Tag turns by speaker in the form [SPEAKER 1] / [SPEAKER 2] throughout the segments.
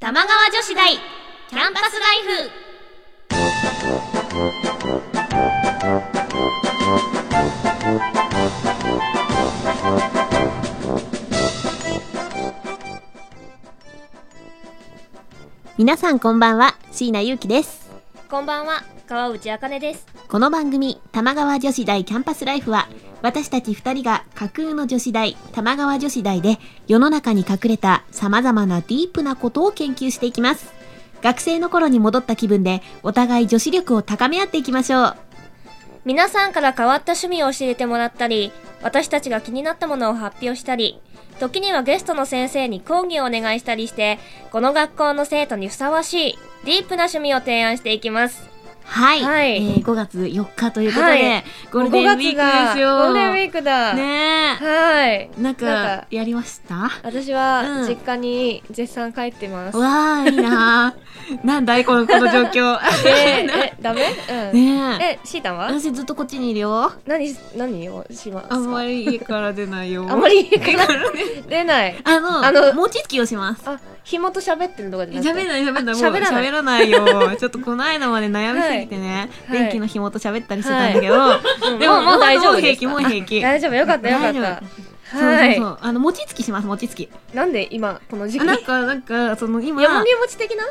[SPEAKER 1] 玉川女子大キャンパスライフ
[SPEAKER 2] 皆さんこんばんは椎名優樹です
[SPEAKER 1] こんばんは川内あかねです
[SPEAKER 2] この番組玉川女子大キャンパスライフは私たち2人が架空の女子大玉川女子大で世の中に隠れた様々なディープなことを研究していきます学生の頃に戻った気分でお互い女子力を高め合っていきましょう
[SPEAKER 1] 皆さんから変わった趣味を教えてもらったり私たちが気になったものを発表したり時にはゲストの先生に講義をお願いしたりしてこの学校の生徒にふさわしいディープな趣味を提案していきます
[SPEAKER 2] はい、
[SPEAKER 1] はい
[SPEAKER 2] えー5月4日ということで、
[SPEAKER 1] はい
[SPEAKER 2] ゴールデンウィークですよ
[SPEAKER 1] ゴールデンウィークだ、
[SPEAKER 2] ね
[SPEAKER 1] は
[SPEAKER 2] え
[SPEAKER 1] い
[SPEAKER 2] なんか
[SPEAKER 1] なんか
[SPEAKER 2] やりました
[SPEAKER 1] 私
[SPEAKER 2] う
[SPEAKER 1] は
[SPEAKER 2] ん
[SPEAKER 1] 実家に絶賛帰ってます、
[SPEAKER 2] わーいいなーなんだいこのこの状況
[SPEAKER 1] ええダメ、うん、
[SPEAKER 2] ねえ
[SPEAKER 1] えシータンは
[SPEAKER 2] 私ずっとこっちにいるよ
[SPEAKER 1] 何何をしますか
[SPEAKER 2] あんまり家から出 ないよ。
[SPEAKER 1] あんまり家から出ない
[SPEAKER 2] あの、
[SPEAKER 1] あの
[SPEAKER 2] 餅つきをします。
[SPEAKER 1] あ紐と喋ってるとかじゃなくて
[SPEAKER 2] 喋らない喋らないもう
[SPEAKER 1] 喋らない
[SPEAKER 2] 喋らないよ。ちょっとこの間まで悩みすぎてね、
[SPEAKER 1] はい
[SPEAKER 2] 電気の紐と喋ったりしてたんだけど、でも
[SPEAKER 1] もう大丈夫
[SPEAKER 2] もう
[SPEAKER 1] で
[SPEAKER 2] 平
[SPEAKER 1] すか
[SPEAKER 2] 気もう平気。
[SPEAKER 1] 大丈夫よかったよかっ
[SPEAKER 2] 大
[SPEAKER 1] た
[SPEAKER 2] 丈
[SPEAKER 1] はい
[SPEAKER 2] そうそうそうあの餅つきします餅つき。
[SPEAKER 1] なんで今この時期
[SPEAKER 2] あなんかなんかその今
[SPEAKER 1] 山見餅的な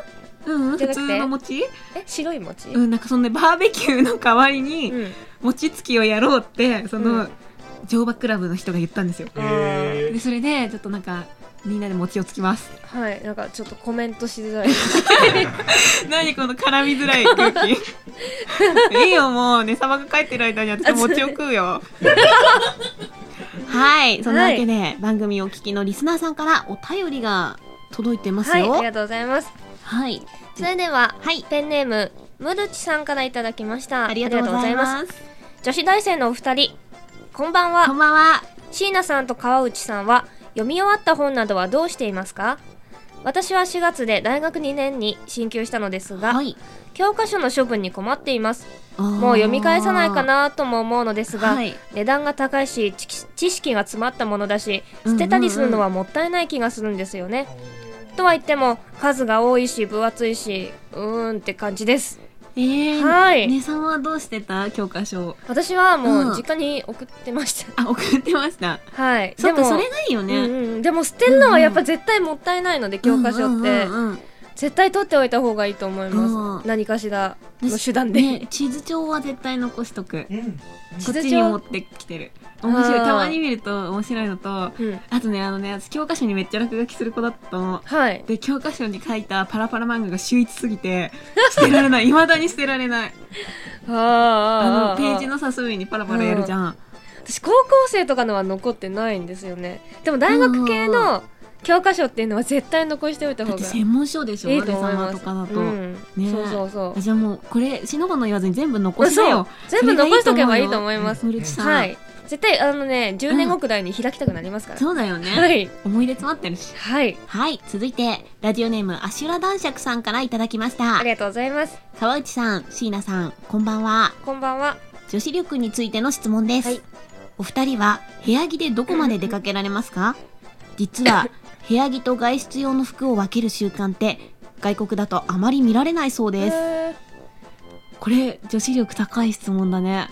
[SPEAKER 2] うんうん
[SPEAKER 1] じゃ
[SPEAKER 2] 普
[SPEAKER 1] なくて
[SPEAKER 2] 通の餅
[SPEAKER 1] え白い餅
[SPEAKER 2] うんなんかそのねバーベキューの代わりに
[SPEAKER 1] うん
[SPEAKER 2] 餅つきをやろうってそうの、
[SPEAKER 1] ん
[SPEAKER 2] 乗馬クラブの人が言ったんですよ。
[SPEAKER 1] へ
[SPEAKER 2] でそれでちょっとなんかみんなで餅をつきます。
[SPEAKER 1] はいなんかちょっとコメントしづらい
[SPEAKER 2] 何この絡みづらい空 気いいよもうね様が帰ってる間に私餅を食う よはいそんなわけで、番組をお聞きのリスナーさんからお便りが届いてます
[SPEAKER 1] はい
[SPEAKER 2] よ
[SPEAKER 1] あ
[SPEAKER 2] は
[SPEAKER 1] り
[SPEAKER 2] い
[SPEAKER 1] がとうございます
[SPEAKER 2] はい、
[SPEAKER 1] それでは
[SPEAKER 2] はい
[SPEAKER 1] ペンネームムルチさんからいただきました
[SPEAKER 2] ありがとうござい
[SPEAKER 1] ありがとうございま
[SPEAKER 2] ます
[SPEAKER 1] す女子大生のお二人こんばんは
[SPEAKER 2] こんばんは
[SPEAKER 1] 椎名さんと川内さんは読み終わった本などはどうしていますか私は4月で大学2年に進級したのですが、
[SPEAKER 2] はい
[SPEAKER 1] 教科書の処分に困っています
[SPEAKER 2] も
[SPEAKER 1] もう読み返さないかなとも思うのですが、
[SPEAKER 2] はい
[SPEAKER 1] 値段が高いし知知識が詰まったものだし捨てたりするのはもったいない気がするんですよね、とは言っても数が多いし分厚いしうーんって感じです
[SPEAKER 2] えー、
[SPEAKER 1] はい
[SPEAKER 2] ねさんはどうしてた教科書
[SPEAKER 1] 私はも
[SPEAKER 2] うん
[SPEAKER 1] う実家に送ってました、
[SPEAKER 2] あ送ってました
[SPEAKER 1] はい
[SPEAKER 2] そ
[SPEAKER 1] で
[SPEAKER 2] っか
[SPEAKER 1] も
[SPEAKER 2] それがいいよね、
[SPEAKER 1] うんうん、でも捨てるのはやっぱ絶対もったいないので、教科書って、
[SPEAKER 2] うんうんうん
[SPEAKER 1] 絶対取っておいた方がいいと思います、
[SPEAKER 2] うん
[SPEAKER 1] 何かしら
[SPEAKER 2] うん
[SPEAKER 1] の手段で、
[SPEAKER 2] ね地図帳は絶対残しとくこっち
[SPEAKER 1] 地図
[SPEAKER 2] に
[SPEAKER 1] 帳
[SPEAKER 2] 持ってきてる面白
[SPEAKER 1] あー
[SPEAKER 2] いたまに見ると面白いのと
[SPEAKER 1] うん、
[SPEAKER 2] あとねあのね私教科書にめっちゃ落書きする子だったの
[SPEAKER 1] はい
[SPEAKER 2] で教科書に書いたパラパラ漫画が秀逸すぎ て捨てられない未だに捨てられない
[SPEAKER 1] あ
[SPEAKER 2] あ
[SPEAKER 1] あ
[SPEAKER 2] のページのさ隅にパラパラやるじゃん
[SPEAKER 1] 私高校生とかのは残ってないんですよねでも大学系の教科書っていうのは絶対残しておいた
[SPEAKER 2] だ
[SPEAKER 1] 方
[SPEAKER 2] って
[SPEAKER 1] が
[SPEAKER 2] 専門書でしょ
[SPEAKER 1] いい
[SPEAKER 2] 安
[SPEAKER 1] と
[SPEAKER 2] 倍
[SPEAKER 1] 思いま
[SPEAKER 2] 様
[SPEAKER 1] す
[SPEAKER 2] とかだと、
[SPEAKER 1] うん
[SPEAKER 2] ね
[SPEAKER 1] そうそうそ
[SPEAKER 2] あじゃあもうこれ死のばの言わずに全部
[SPEAKER 1] う
[SPEAKER 2] 残しだよ
[SPEAKER 1] そう全部残しとけばいいと思います
[SPEAKER 2] 古さん、
[SPEAKER 1] はい絶対あのね10年後くらいに開きたくなりますから、
[SPEAKER 2] そうだよね、
[SPEAKER 1] はい
[SPEAKER 2] 思い出詰まってるし
[SPEAKER 1] はい
[SPEAKER 2] はい続いてラジオネームアシュラ男爵さんからいただきました
[SPEAKER 1] ありがとうございます
[SPEAKER 2] 川内さん椎名さんこんばんは
[SPEAKER 1] こんばんは
[SPEAKER 2] 女子力についての質問です、
[SPEAKER 1] はい
[SPEAKER 2] お二人は部屋着でどこまで出かけられますか実は部屋着と外出用の服を分ける習慣って外国だとあまり見られないそう
[SPEAKER 1] え
[SPEAKER 2] です
[SPEAKER 1] ー
[SPEAKER 2] これ女子力高い質問だね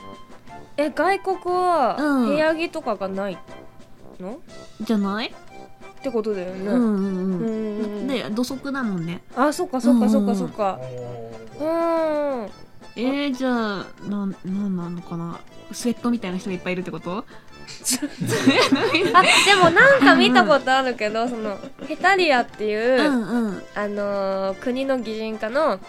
[SPEAKER 1] え外国は
[SPEAKER 2] うん
[SPEAKER 1] 部屋着とかがないの、っ
[SPEAKER 2] じゃない
[SPEAKER 1] てことだよね、
[SPEAKER 2] うんうん
[SPEAKER 1] う
[SPEAKER 2] うん
[SPEAKER 1] ん
[SPEAKER 2] で土足だもんね
[SPEAKER 1] あそっかそっかそっ
[SPEAKER 2] うんうんう
[SPEAKER 1] か
[SPEAKER 2] ん
[SPEAKER 1] そっかうーん
[SPEAKER 2] えー、じゃあなんなんなのかなスウェットみたいな人がいっぱいいるってこと
[SPEAKER 1] あでもなんか見たことあるけど、そのヘタリアって
[SPEAKER 2] う
[SPEAKER 1] いう、
[SPEAKER 2] んうん
[SPEAKER 1] あのー国の擬人化の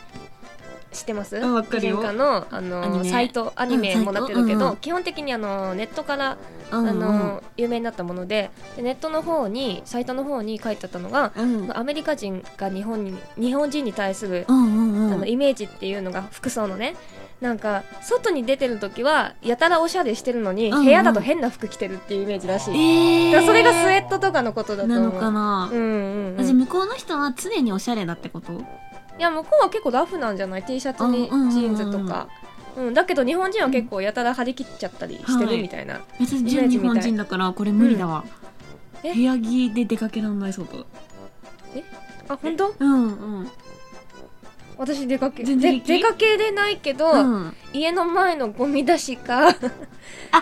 [SPEAKER 1] 知ってます
[SPEAKER 2] うんわかるよ
[SPEAKER 1] 擬人化の、あの
[SPEAKER 2] アニ
[SPEAKER 1] ー
[SPEAKER 2] メ
[SPEAKER 1] サイトアニメもなってるけ
[SPEAKER 2] うんサイト
[SPEAKER 1] ど、
[SPEAKER 2] うんうん
[SPEAKER 1] 基本的に、あのーネットから、
[SPEAKER 2] うんうん
[SPEAKER 1] あのー有名になったものででネットの方にサイトの方に書いてあったのが、
[SPEAKER 2] うん
[SPEAKER 1] アメリカ人が日本に日本人に対する
[SPEAKER 2] うんうんう
[SPEAKER 1] あ
[SPEAKER 2] ん
[SPEAKER 1] のイメージっていうのが服装のねなんか外に出てる時はやたらおしゃれしてるのに、
[SPEAKER 2] うんうん
[SPEAKER 1] 部屋だと変な服着てるっていうイメージらしい、
[SPEAKER 2] えー、
[SPEAKER 1] だからそれがスウェットとかのことだと
[SPEAKER 2] な
[SPEAKER 1] 思う
[SPEAKER 2] のかな、
[SPEAKER 1] うんうん、う
[SPEAKER 2] 私
[SPEAKER 1] ん、い
[SPEAKER 2] 向こうの人は常におしゃれだってこと
[SPEAKER 1] や向こうは結構ラフなんじゃない T シャツにジ
[SPEAKER 2] うんうんうんうん
[SPEAKER 1] ーンズとか、うん、だけど日本人は結構やたら張り切っちゃったりして
[SPEAKER 2] はい
[SPEAKER 1] るみたいな、
[SPEAKER 2] 私純日本人だからこれ無理だわ、
[SPEAKER 1] うんえ
[SPEAKER 2] 部屋着で出かけらんない外
[SPEAKER 1] えあ本当
[SPEAKER 2] うんうん
[SPEAKER 1] 私出かけ
[SPEAKER 2] 全然
[SPEAKER 1] で
[SPEAKER 2] 平気
[SPEAKER 1] 出かけれないけど、
[SPEAKER 2] うん
[SPEAKER 1] 家の前のゴミ出しか
[SPEAKER 2] あ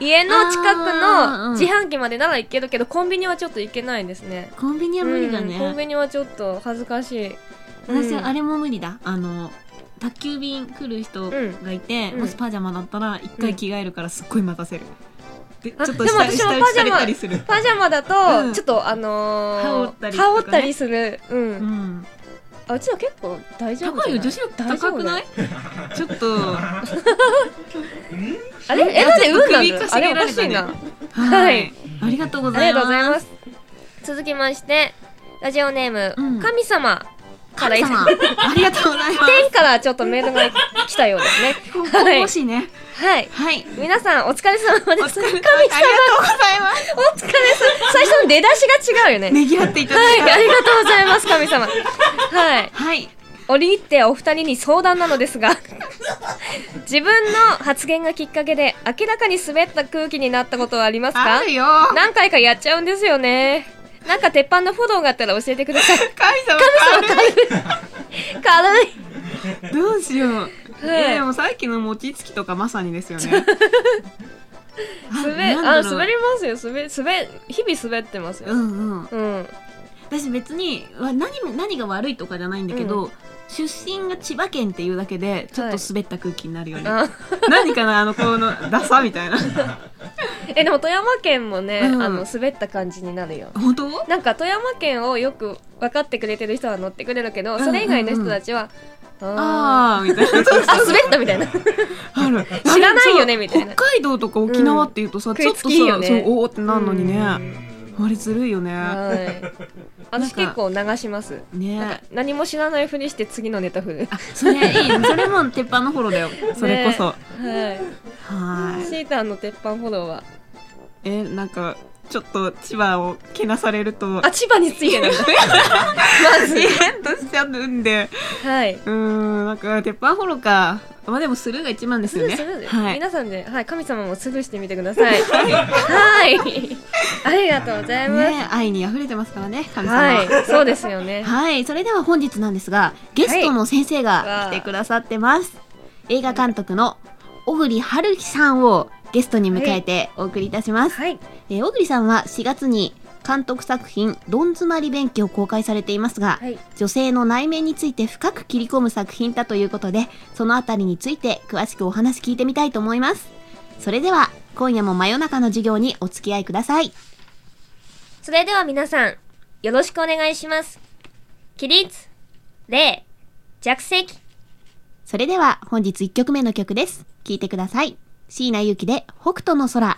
[SPEAKER 1] 家の近く
[SPEAKER 2] あーうん
[SPEAKER 1] の自販機までなら行けるけどコンビニはちょっと行けないですね
[SPEAKER 2] コンビニは無理だ
[SPEAKER 1] うんコン
[SPEAKER 2] ね、
[SPEAKER 1] ビニはちょっと恥ずかしい
[SPEAKER 2] 私はあ
[SPEAKER 1] れ
[SPEAKER 2] れも無理だあの宅急便来る人がいて、
[SPEAKER 1] うん
[SPEAKER 2] もしパジャマだったら一回着替えるからすっごい待たせる、でちょ
[SPEAKER 1] あ
[SPEAKER 2] っと
[SPEAKER 1] でも
[SPEAKER 2] 下
[SPEAKER 1] 私も
[SPEAKER 2] 下打
[SPEAKER 1] パ
[SPEAKER 2] ち
[SPEAKER 1] ジ
[SPEAKER 2] さ
[SPEAKER 1] ャマ
[SPEAKER 2] れたりする
[SPEAKER 1] パジャマだと、
[SPEAKER 2] うん
[SPEAKER 1] ちょっとあのー、
[SPEAKER 2] 羽織ったりとか
[SPEAKER 1] 羽
[SPEAKER 2] ね
[SPEAKER 1] 織ったりするうん、
[SPEAKER 2] うん
[SPEAKER 1] あうちは結構大丈夫
[SPEAKER 2] 高いよ女
[SPEAKER 1] 子
[SPEAKER 2] 子力高くないちょっとは
[SPEAKER 1] あれえなんで
[SPEAKER 2] ちょっと
[SPEAKER 1] 運なん
[SPEAKER 2] 首か
[SPEAKER 1] だ
[SPEAKER 2] し
[SPEAKER 1] あ
[SPEAKER 2] げ
[SPEAKER 1] れお
[SPEAKER 2] ら
[SPEAKER 1] か
[SPEAKER 2] れ
[SPEAKER 1] した
[SPEAKER 2] ね
[SPEAKER 1] いな
[SPEAKER 2] いありがとうご
[SPEAKER 1] あ
[SPEAKER 2] ざ
[SPEAKER 1] り
[SPEAKER 2] い
[SPEAKER 1] が
[SPEAKER 2] ま
[SPEAKER 1] とうござい
[SPEAKER 2] す
[SPEAKER 1] ます。続きまして、ラジオネーム、
[SPEAKER 2] うん
[SPEAKER 1] 神様から
[SPEAKER 2] 神様
[SPEAKER 1] 天
[SPEAKER 2] ありがとうございます
[SPEAKER 1] からちょっとメールが来たようで すね。
[SPEAKER 2] 神々しいね
[SPEAKER 1] はい。
[SPEAKER 2] はい
[SPEAKER 1] 皆さんお疲れ様です。
[SPEAKER 2] ありがとうございま
[SPEAKER 1] お疲れ様。最初の出だしが違うよね。
[SPEAKER 2] すねぎらっていただ
[SPEAKER 1] はいい、
[SPEAKER 2] て
[SPEAKER 1] ありがとうございます、神様。はい。
[SPEAKER 2] はい
[SPEAKER 1] 折り入ってお二人に相談なのですが 自分の発言がきっかけで明らかに滑った空気になったことはありますか
[SPEAKER 2] あるよ
[SPEAKER 1] 何回かやっちゃうんですよねなんか鉄板のフォローがあったら教えてください
[SPEAKER 2] 神様
[SPEAKER 1] 軽い
[SPEAKER 2] 軽いどうしよう
[SPEAKER 1] はい
[SPEAKER 2] えでもさっきの餅つきとかまさにですよ ねあ
[SPEAKER 1] 滑
[SPEAKER 2] な
[SPEAKER 1] あ
[SPEAKER 2] んだろう
[SPEAKER 1] 滑りますよ滑滑日々滑ってます
[SPEAKER 2] う
[SPEAKER 1] よ、
[SPEAKER 2] んうん
[SPEAKER 1] うん
[SPEAKER 2] 私別にわ何も何が悪いとかじゃないんだけど、出身が千葉県っていうだけでちょっと滑った空気になる よね、
[SPEAKER 1] あ
[SPEAKER 2] 何かなあのこのダサみたいな
[SPEAKER 1] えでも富山県もね、
[SPEAKER 2] うん
[SPEAKER 1] あの滑った感じになるよ
[SPEAKER 2] 本当
[SPEAKER 1] なんか富山県をよく分かってくれてる人は乗ってくれるけど
[SPEAKER 2] んうん
[SPEAKER 1] それ以外の人たちは、あ
[SPEAKER 2] あーみたいな
[SPEAKER 1] ーあ滑ったみたいな
[SPEAKER 2] ある
[SPEAKER 1] 知らないよねみたいな
[SPEAKER 2] 北海道とか沖縄っていうとさ、
[SPEAKER 1] ん
[SPEAKER 2] ちょっと
[SPEAKER 1] 食
[SPEAKER 2] さ、
[SPEAKER 1] いつきよね
[SPEAKER 2] そうおおってなるのにね、
[SPEAKER 1] うん
[SPEAKER 2] あれずるいよね、
[SPEAKER 1] はい私結構流しますなんか
[SPEAKER 2] ね
[SPEAKER 1] 何も知らないふりして次のネタ振る
[SPEAKER 2] あそれいいねそれも鉄板のフォローだよ それこそ、
[SPEAKER 1] ねは
[SPEAKER 2] はいい
[SPEAKER 1] シータンの鉄板フォローは
[SPEAKER 2] えなんかちょっと千葉をけなされると
[SPEAKER 1] あ千葉についてなんだ まず
[SPEAKER 2] えーっとしちゃうんで
[SPEAKER 1] はい。
[SPEAKER 2] うーん、なんか鉄板フォローか。まあでもスルーが一番です
[SPEAKER 1] ス
[SPEAKER 2] よ
[SPEAKER 1] ルー
[SPEAKER 2] ね。
[SPEAKER 1] スルーで、
[SPEAKER 2] はい。
[SPEAKER 1] 皆さんで、はい、神様もスルーしてみてください。はい。ありがとうございます。
[SPEAKER 2] ね、愛に溢れてますからね、神様。は。
[SPEAKER 1] はいい、そうですよね。
[SPEAKER 2] それでは本日なんですが、ゲストの先生が来てくださってます。映画監督の小栗春樹さんをゲストに迎えてお送りいたします。
[SPEAKER 1] はい。
[SPEAKER 2] えー小栗さんは4月に監督作品「どん詰まり勉強」を公開されていますが、
[SPEAKER 1] はい。
[SPEAKER 2] 女性の内面について深く切り込む作品だということでそのあたりについて詳しくお話聞いてみたいと思いますそれでは今夜も真夜中の授業にお付き合いください
[SPEAKER 1] それでは皆さん、よろしくお願いします。起立、礼、着席。
[SPEAKER 2] それでは本日1曲目の曲です聴いてください椎名ゆきで北斗の空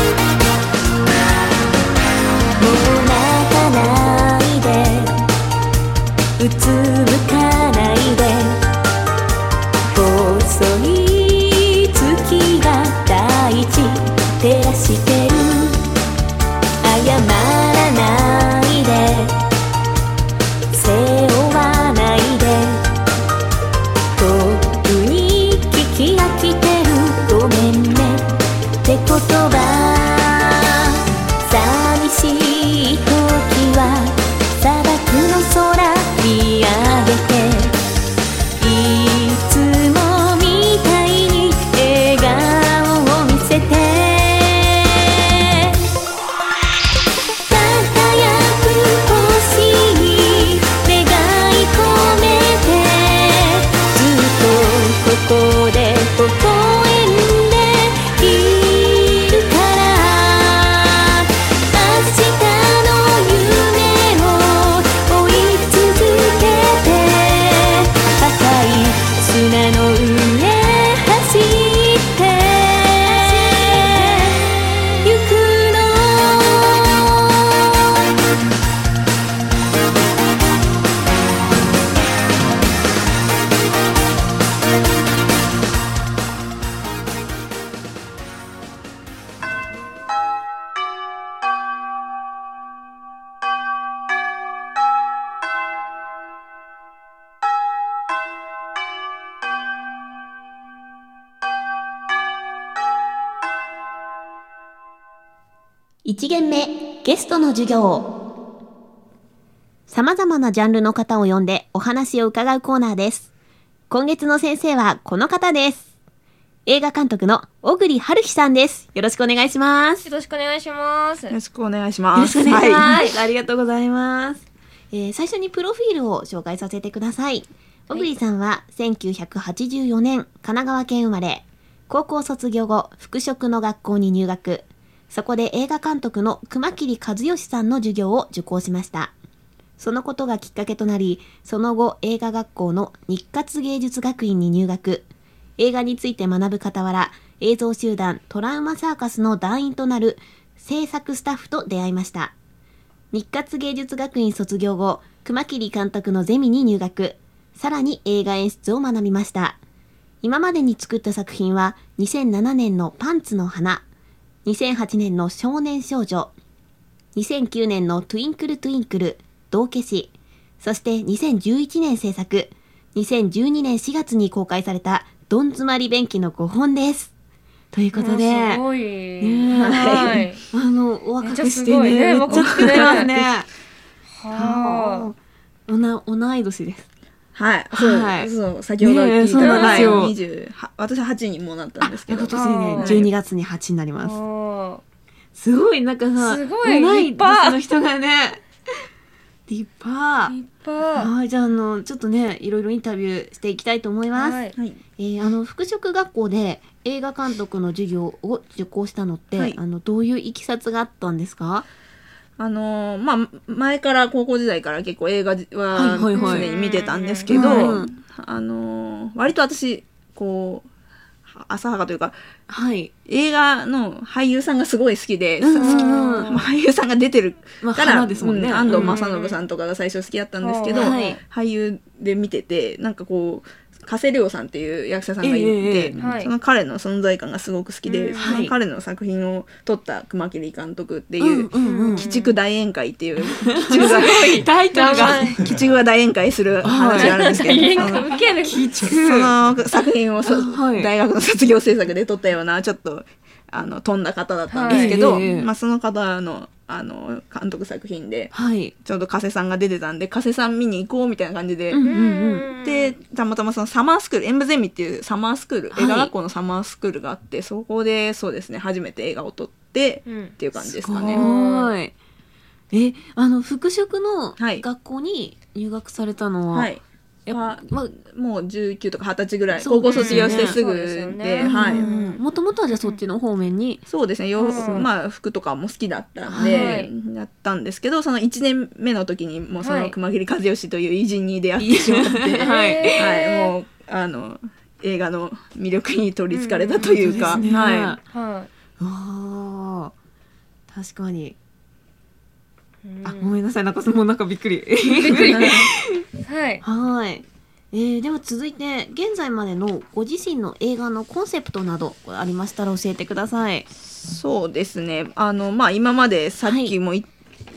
[SPEAKER 3] もう泣かないでうつむかないで細い月が
[SPEAKER 2] 1限目、ゲストの授業。様々なジャンルの方を呼んでお話を伺うコーナーです。今月の先生はこの方です。映画監督の小栗春日さんです。よろしくお願いします。
[SPEAKER 1] よろしくお願いします
[SPEAKER 4] よ。ろしくお願いします。
[SPEAKER 2] よろしくお願いします
[SPEAKER 4] は
[SPEAKER 2] はい、ありがとうございます。えー最初にプロフィールを紹介させてください。小栗さんは1984年神奈川県生まれ、高校卒業後、服飾の学校に入学。そこで映画監督の熊切和義さんの授業を受講しました。そのことがきっかけとなり、その後映画学校の日活芸術学院に入学。映画について学ぶ傍ら、映像集団トラウマサーカスの団員となる制作スタッフと出会いました。日活芸術学院卒業後、熊切監督のゼミに入学。さらに映画演出を学びました。今までに作った作品は、2007年のパンツの花、2008年の少年少女、2009年のトゥインクルトゥインクル、道化師、そして2011年制作、2012年4月に公開された、どん詰まり便器の5本です。ということで、
[SPEAKER 1] あす
[SPEAKER 2] あ
[SPEAKER 1] ごい。
[SPEAKER 2] ね
[SPEAKER 1] はい。
[SPEAKER 2] の、お若くして
[SPEAKER 1] めっちゃすごいね
[SPEAKER 2] ね、
[SPEAKER 1] 若くしてね
[SPEAKER 2] ますね。
[SPEAKER 1] は
[SPEAKER 2] おな同い年です。
[SPEAKER 4] い。そう、
[SPEAKER 2] はい
[SPEAKER 4] そう先ほど聞
[SPEAKER 2] ねえ
[SPEAKER 4] い
[SPEAKER 2] そ
[SPEAKER 4] た
[SPEAKER 2] う
[SPEAKER 1] なんですよ
[SPEAKER 4] はい20は私は8にもなったんですけ
[SPEAKER 2] 今
[SPEAKER 4] ど。
[SPEAKER 1] あ
[SPEAKER 2] 年ね
[SPEAKER 1] はい
[SPEAKER 2] 12月に8になり
[SPEAKER 1] あ。
[SPEAKER 2] ます。
[SPEAKER 1] お
[SPEAKER 2] すごいなんかさ、
[SPEAKER 1] すごい
[SPEAKER 2] 同い
[SPEAKER 1] 立派
[SPEAKER 2] 年の人がね、 立
[SPEAKER 1] ー
[SPEAKER 2] 派。
[SPEAKER 1] いっぱい。
[SPEAKER 2] はい、じゃああのちょっとねいろいろインタビューしていきたいと思います。
[SPEAKER 1] はい
[SPEAKER 4] はい。
[SPEAKER 2] えーあの服飾学校で映画監督の授業を受講したのって、
[SPEAKER 4] はい
[SPEAKER 2] あのどういういきさつがあったんですか？
[SPEAKER 4] あのーまあ、前から高校時代から結構映画は
[SPEAKER 2] はいはいはい
[SPEAKER 4] 常に見てたんですけど、
[SPEAKER 2] うんうん
[SPEAKER 4] あのー割と私、こう、は浅はかというか、
[SPEAKER 2] はい。
[SPEAKER 4] 映画の俳優さんがすごい好きで、
[SPEAKER 2] うんうん
[SPEAKER 4] まあ俳優さんが出てる
[SPEAKER 2] まあ
[SPEAKER 4] から、
[SPEAKER 2] 花ですもんね。
[SPEAKER 4] うん安藤
[SPEAKER 2] ま
[SPEAKER 4] 正信さんとかが最初好きだったんですけど、
[SPEAKER 1] うん
[SPEAKER 2] はい
[SPEAKER 4] 俳優で見ててなんかこう加瀬亮さんっていう役者さんがいて、
[SPEAKER 2] ええええ
[SPEAKER 1] はい
[SPEAKER 4] その彼の存在感がすごく好きで、
[SPEAKER 1] うん
[SPEAKER 4] そ
[SPEAKER 2] はい
[SPEAKER 4] の彼の作品を撮った熊切監督っていうう、
[SPEAKER 2] んうん うん。
[SPEAKER 4] 鬼畜大宴会っていう鬼畜が
[SPEAKER 2] タイトル
[SPEAKER 1] 名前
[SPEAKER 2] が。
[SPEAKER 4] 鬼畜が大宴会する話があるんですけど、
[SPEAKER 1] 大
[SPEAKER 4] そ
[SPEAKER 1] 変
[SPEAKER 4] の
[SPEAKER 1] か受ける。
[SPEAKER 4] その作品をそ、
[SPEAKER 2] はい
[SPEAKER 4] 大学の卒業制作で撮ったようなちょっとあの飛んだ方だったんですけど、
[SPEAKER 2] はいええええ
[SPEAKER 4] まあ、その方のあの監督作品で
[SPEAKER 2] はい。
[SPEAKER 4] ちょうど加瀬さんが出てたんで加瀬さん見に行こうみたいな感じで、
[SPEAKER 2] うん
[SPEAKER 4] でたまたまそのサマースクール演武ゼミっていうサマースクール、
[SPEAKER 2] はい
[SPEAKER 4] 映画学校のサマースクールがあってそこでそうですね初めて映画を撮って
[SPEAKER 1] うん
[SPEAKER 4] っていう感じですか
[SPEAKER 2] す
[SPEAKER 4] ね。
[SPEAKER 2] ごい。え、あの、服飾の
[SPEAKER 4] はい
[SPEAKER 2] 学校に入学されたのは、
[SPEAKER 4] はい
[SPEAKER 2] やっぱ、まあ、
[SPEAKER 4] もう19とか20歳ぐらい、
[SPEAKER 2] そう
[SPEAKER 4] 高校卒業してすぐ
[SPEAKER 1] うんそうです
[SPEAKER 4] で、
[SPEAKER 1] よね
[SPEAKER 4] はい、
[SPEAKER 2] うんもともとはじゃあそっちの方面に、
[SPEAKER 4] そうですね洋服、
[SPEAKER 1] うん
[SPEAKER 4] まあ服とかも好きだったんで、
[SPEAKER 1] はい
[SPEAKER 4] やったんですけどその1年目の時にもうそ
[SPEAKER 1] は
[SPEAKER 4] の
[SPEAKER 1] い
[SPEAKER 4] 熊切和義という偉人に出会ってしまって、
[SPEAKER 2] はい
[SPEAKER 4] はい、
[SPEAKER 1] へー
[SPEAKER 4] もうあの映画の魅力に取りつかれたというか、
[SPEAKER 2] そうですね
[SPEAKER 4] は
[SPEAKER 1] は
[SPEAKER 2] あー確かに。
[SPEAKER 1] い。
[SPEAKER 2] あ、
[SPEAKER 1] うん
[SPEAKER 2] ごめんなさい。なんか、もうなんかびっくり。
[SPEAKER 1] は い。
[SPEAKER 2] はい。えー、では続いて、現在までのご自身の映画のコンセプトなどありましたら教えてください。
[SPEAKER 4] い、そうですねあの、まあ、今までさっきもい、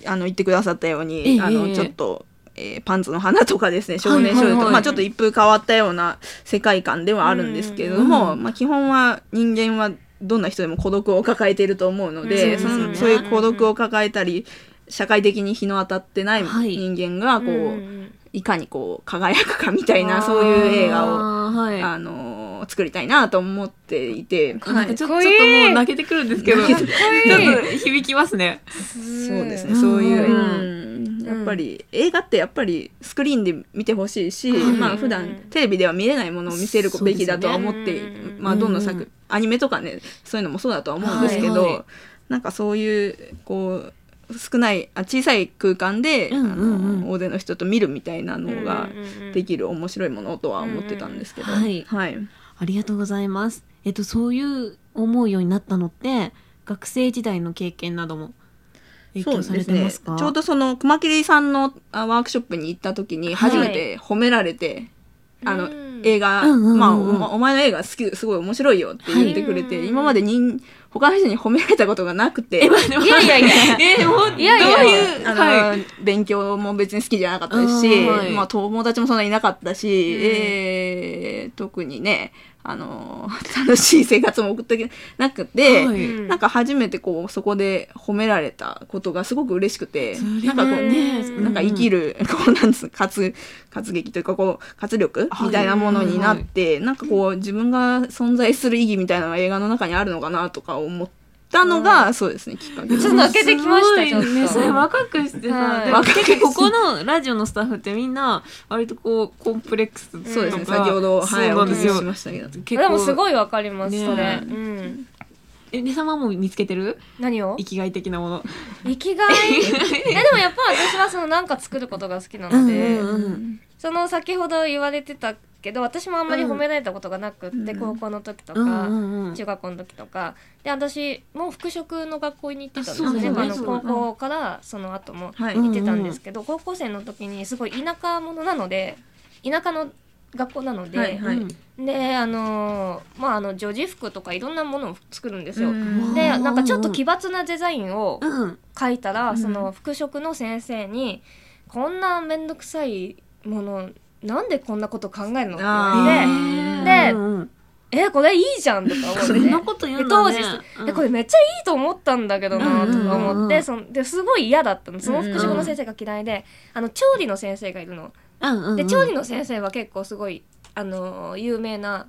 [SPEAKER 4] あの言ってくださったよう
[SPEAKER 2] え
[SPEAKER 4] に、
[SPEAKER 2] え
[SPEAKER 4] あ
[SPEAKER 2] ええ
[SPEAKER 4] のちょっと。えーパンツの花とかですね少年少
[SPEAKER 2] はいはい
[SPEAKER 4] 女と
[SPEAKER 2] はい
[SPEAKER 4] かまあちょっと一風変わったような世界観ではあるんですけれども、
[SPEAKER 2] うん
[SPEAKER 4] まあ、基本は人間はどんな人でも孤独を抱えていると思うので、
[SPEAKER 2] うん
[SPEAKER 4] そ
[SPEAKER 2] そうで
[SPEAKER 4] の
[SPEAKER 2] す
[SPEAKER 4] そう
[SPEAKER 2] ね
[SPEAKER 4] いう孤独を抱えたり社会的に日の当たってない
[SPEAKER 2] はい
[SPEAKER 4] 人間がこう、
[SPEAKER 1] うん
[SPEAKER 4] いかにこう輝くかみたい
[SPEAKER 1] あ
[SPEAKER 4] な
[SPEAKER 1] ー
[SPEAKER 4] そういう映画を
[SPEAKER 2] あーはい。
[SPEAKER 4] あのー作りたいなと思っていて、
[SPEAKER 2] なんかちょ
[SPEAKER 1] かっこ
[SPEAKER 2] ち
[SPEAKER 1] い
[SPEAKER 2] ょ
[SPEAKER 1] い
[SPEAKER 2] っともう泣けてくるんですけど、ちょっと
[SPEAKER 1] かっ
[SPEAKER 2] 響きますね。
[SPEAKER 4] そうですね、
[SPEAKER 2] うん
[SPEAKER 4] そういう、
[SPEAKER 2] う
[SPEAKER 4] うんやっぱり映画ってやっぱりスクリーンで見てほしいし、
[SPEAKER 2] はい
[SPEAKER 4] まあ普段テレビでは見れないものを見せるべきだとは思って、
[SPEAKER 1] そうですよね
[SPEAKER 4] まあどんな作、
[SPEAKER 2] うん
[SPEAKER 4] アニメとかねそういうのもそうだとは思うんですけど、
[SPEAKER 2] はいはい
[SPEAKER 4] なんかそういうこう少ないあ小さい空間で、
[SPEAKER 2] うんうんうん
[SPEAKER 4] あの大勢の人と見るみたいな
[SPEAKER 1] うん
[SPEAKER 4] のが
[SPEAKER 1] うんうんうん
[SPEAKER 4] できる面白いものとは思ってたんですけど、
[SPEAKER 2] うんうんはい
[SPEAKER 4] はい、
[SPEAKER 2] ありがとうございます。えっと、そういう思うようになったのって、学生時代の経験なども影響されてますか
[SPEAKER 4] ちょうどその熊切さんのあワークショップに行った時に
[SPEAKER 2] はい
[SPEAKER 4] 初めて褒められて、あ
[SPEAKER 1] う
[SPEAKER 4] の、
[SPEAKER 1] ん
[SPEAKER 4] 映画、
[SPEAKER 2] うんうんうん
[SPEAKER 4] まあお、お前の映画好き、すごい面白いよって言ってくれて、
[SPEAKER 1] はい
[SPEAKER 4] 今まで人、他の人に褒められたことがなくて、
[SPEAKER 1] いやいやいや。
[SPEAKER 2] え、ほん
[SPEAKER 1] いやいや
[SPEAKER 2] どう
[SPEAKER 1] や
[SPEAKER 2] いう、
[SPEAKER 4] あの、
[SPEAKER 2] はい。
[SPEAKER 4] 勉強も別に好きじゃなかったですし、
[SPEAKER 2] うんはい
[SPEAKER 4] まあ友達もそんなにいなかったし、
[SPEAKER 1] うん
[SPEAKER 4] えー特にね、あの、 楽しい生活も送ってなくて、
[SPEAKER 2] はい
[SPEAKER 1] うん
[SPEAKER 4] なんか初めてこう、そこで褒められたことがすごく嬉しくて
[SPEAKER 2] それは、
[SPEAKER 4] なんかこう、
[SPEAKER 1] ね
[SPEAKER 4] なんか生き
[SPEAKER 2] る。
[SPEAKER 4] る、 こう、なんつう、活、活劇というか、こう、活力
[SPEAKER 2] はい
[SPEAKER 4] みたいなものになって、なんかこう、自分が存在する意義みたいなのが映画の中にあるのかなとか思ったのが、そうですね、きっかけで
[SPEAKER 1] ち
[SPEAKER 4] す
[SPEAKER 1] ょっと。開けてきましたちょっと
[SPEAKER 2] ね、それ若くしてさ、
[SPEAKER 1] はい
[SPEAKER 2] でも結
[SPEAKER 4] 若くして
[SPEAKER 2] 構ここのラジオのスタッフってみんな、割とこう、コンプレックスとか。
[SPEAKER 4] そうですね、先ほど、はい、
[SPEAKER 2] そうな
[SPEAKER 4] お
[SPEAKER 2] んで
[SPEAKER 4] 聞
[SPEAKER 2] す
[SPEAKER 4] きし
[SPEAKER 2] よ。
[SPEAKER 4] ましたけど。
[SPEAKER 1] で
[SPEAKER 2] 結
[SPEAKER 1] もす
[SPEAKER 2] い。
[SPEAKER 1] ごいわかります、
[SPEAKER 2] ね
[SPEAKER 1] それ。うん。
[SPEAKER 2] え、ねさまも見つけてる
[SPEAKER 1] 何を
[SPEAKER 2] 生きがい的なもの。
[SPEAKER 1] 生きがいいやでもやっぱ私はそのなんか作ることが好きなので、
[SPEAKER 2] うんうんうん
[SPEAKER 1] その先ほど言われてたけど私もあんまり褒められたことがなくって、
[SPEAKER 4] うん
[SPEAKER 1] 高校の時とか、
[SPEAKER 2] うんうんうん
[SPEAKER 1] 中学校の時とかで私も復職の学校に行ってたんです
[SPEAKER 2] あ
[SPEAKER 1] よ
[SPEAKER 2] そう
[SPEAKER 1] ね
[SPEAKER 2] だよね
[SPEAKER 1] あの
[SPEAKER 2] そう
[SPEAKER 1] 高校からその後も
[SPEAKER 4] はい
[SPEAKER 1] 行ってたんですけど、高校生の時にすごい田舎者なので田舎の学校なので、
[SPEAKER 4] はいはい
[SPEAKER 1] であのーまああの女児服とかいろんなものを作るんですよ。
[SPEAKER 4] うん
[SPEAKER 1] でなんかちょっと奇抜なデザインを
[SPEAKER 2] うん。
[SPEAKER 1] 書いたら、
[SPEAKER 4] うん
[SPEAKER 1] その服飾の先生に「こんな面倒くさいものなんでこんなこと考えるの?」って言わ
[SPEAKER 4] あ
[SPEAKER 1] れて
[SPEAKER 4] ー
[SPEAKER 1] で
[SPEAKER 2] うんうん
[SPEAKER 1] 「えこれいいじゃん」とか思っ
[SPEAKER 2] そ
[SPEAKER 1] て
[SPEAKER 2] んなこと言う
[SPEAKER 1] で
[SPEAKER 2] ん
[SPEAKER 1] 当
[SPEAKER 2] だ
[SPEAKER 1] 時
[SPEAKER 2] ね、
[SPEAKER 1] えこれ
[SPEAKER 2] うん
[SPEAKER 1] めっちゃいいと思ったんだけどな」とか思
[SPEAKER 2] うんうんう
[SPEAKER 1] っ
[SPEAKER 2] んう
[SPEAKER 1] て
[SPEAKER 2] ん
[SPEAKER 1] そんですごい嫌だったのその服飾
[SPEAKER 2] うんう
[SPEAKER 1] の
[SPEAKER 2] ん
[SPEAKER 1] 先生が嫌いであの調理の先生がいるの。
[SPEAKER 2] うんうんうん
[SPEAKER 1] で調理の先生は結構すごい、あのー有名な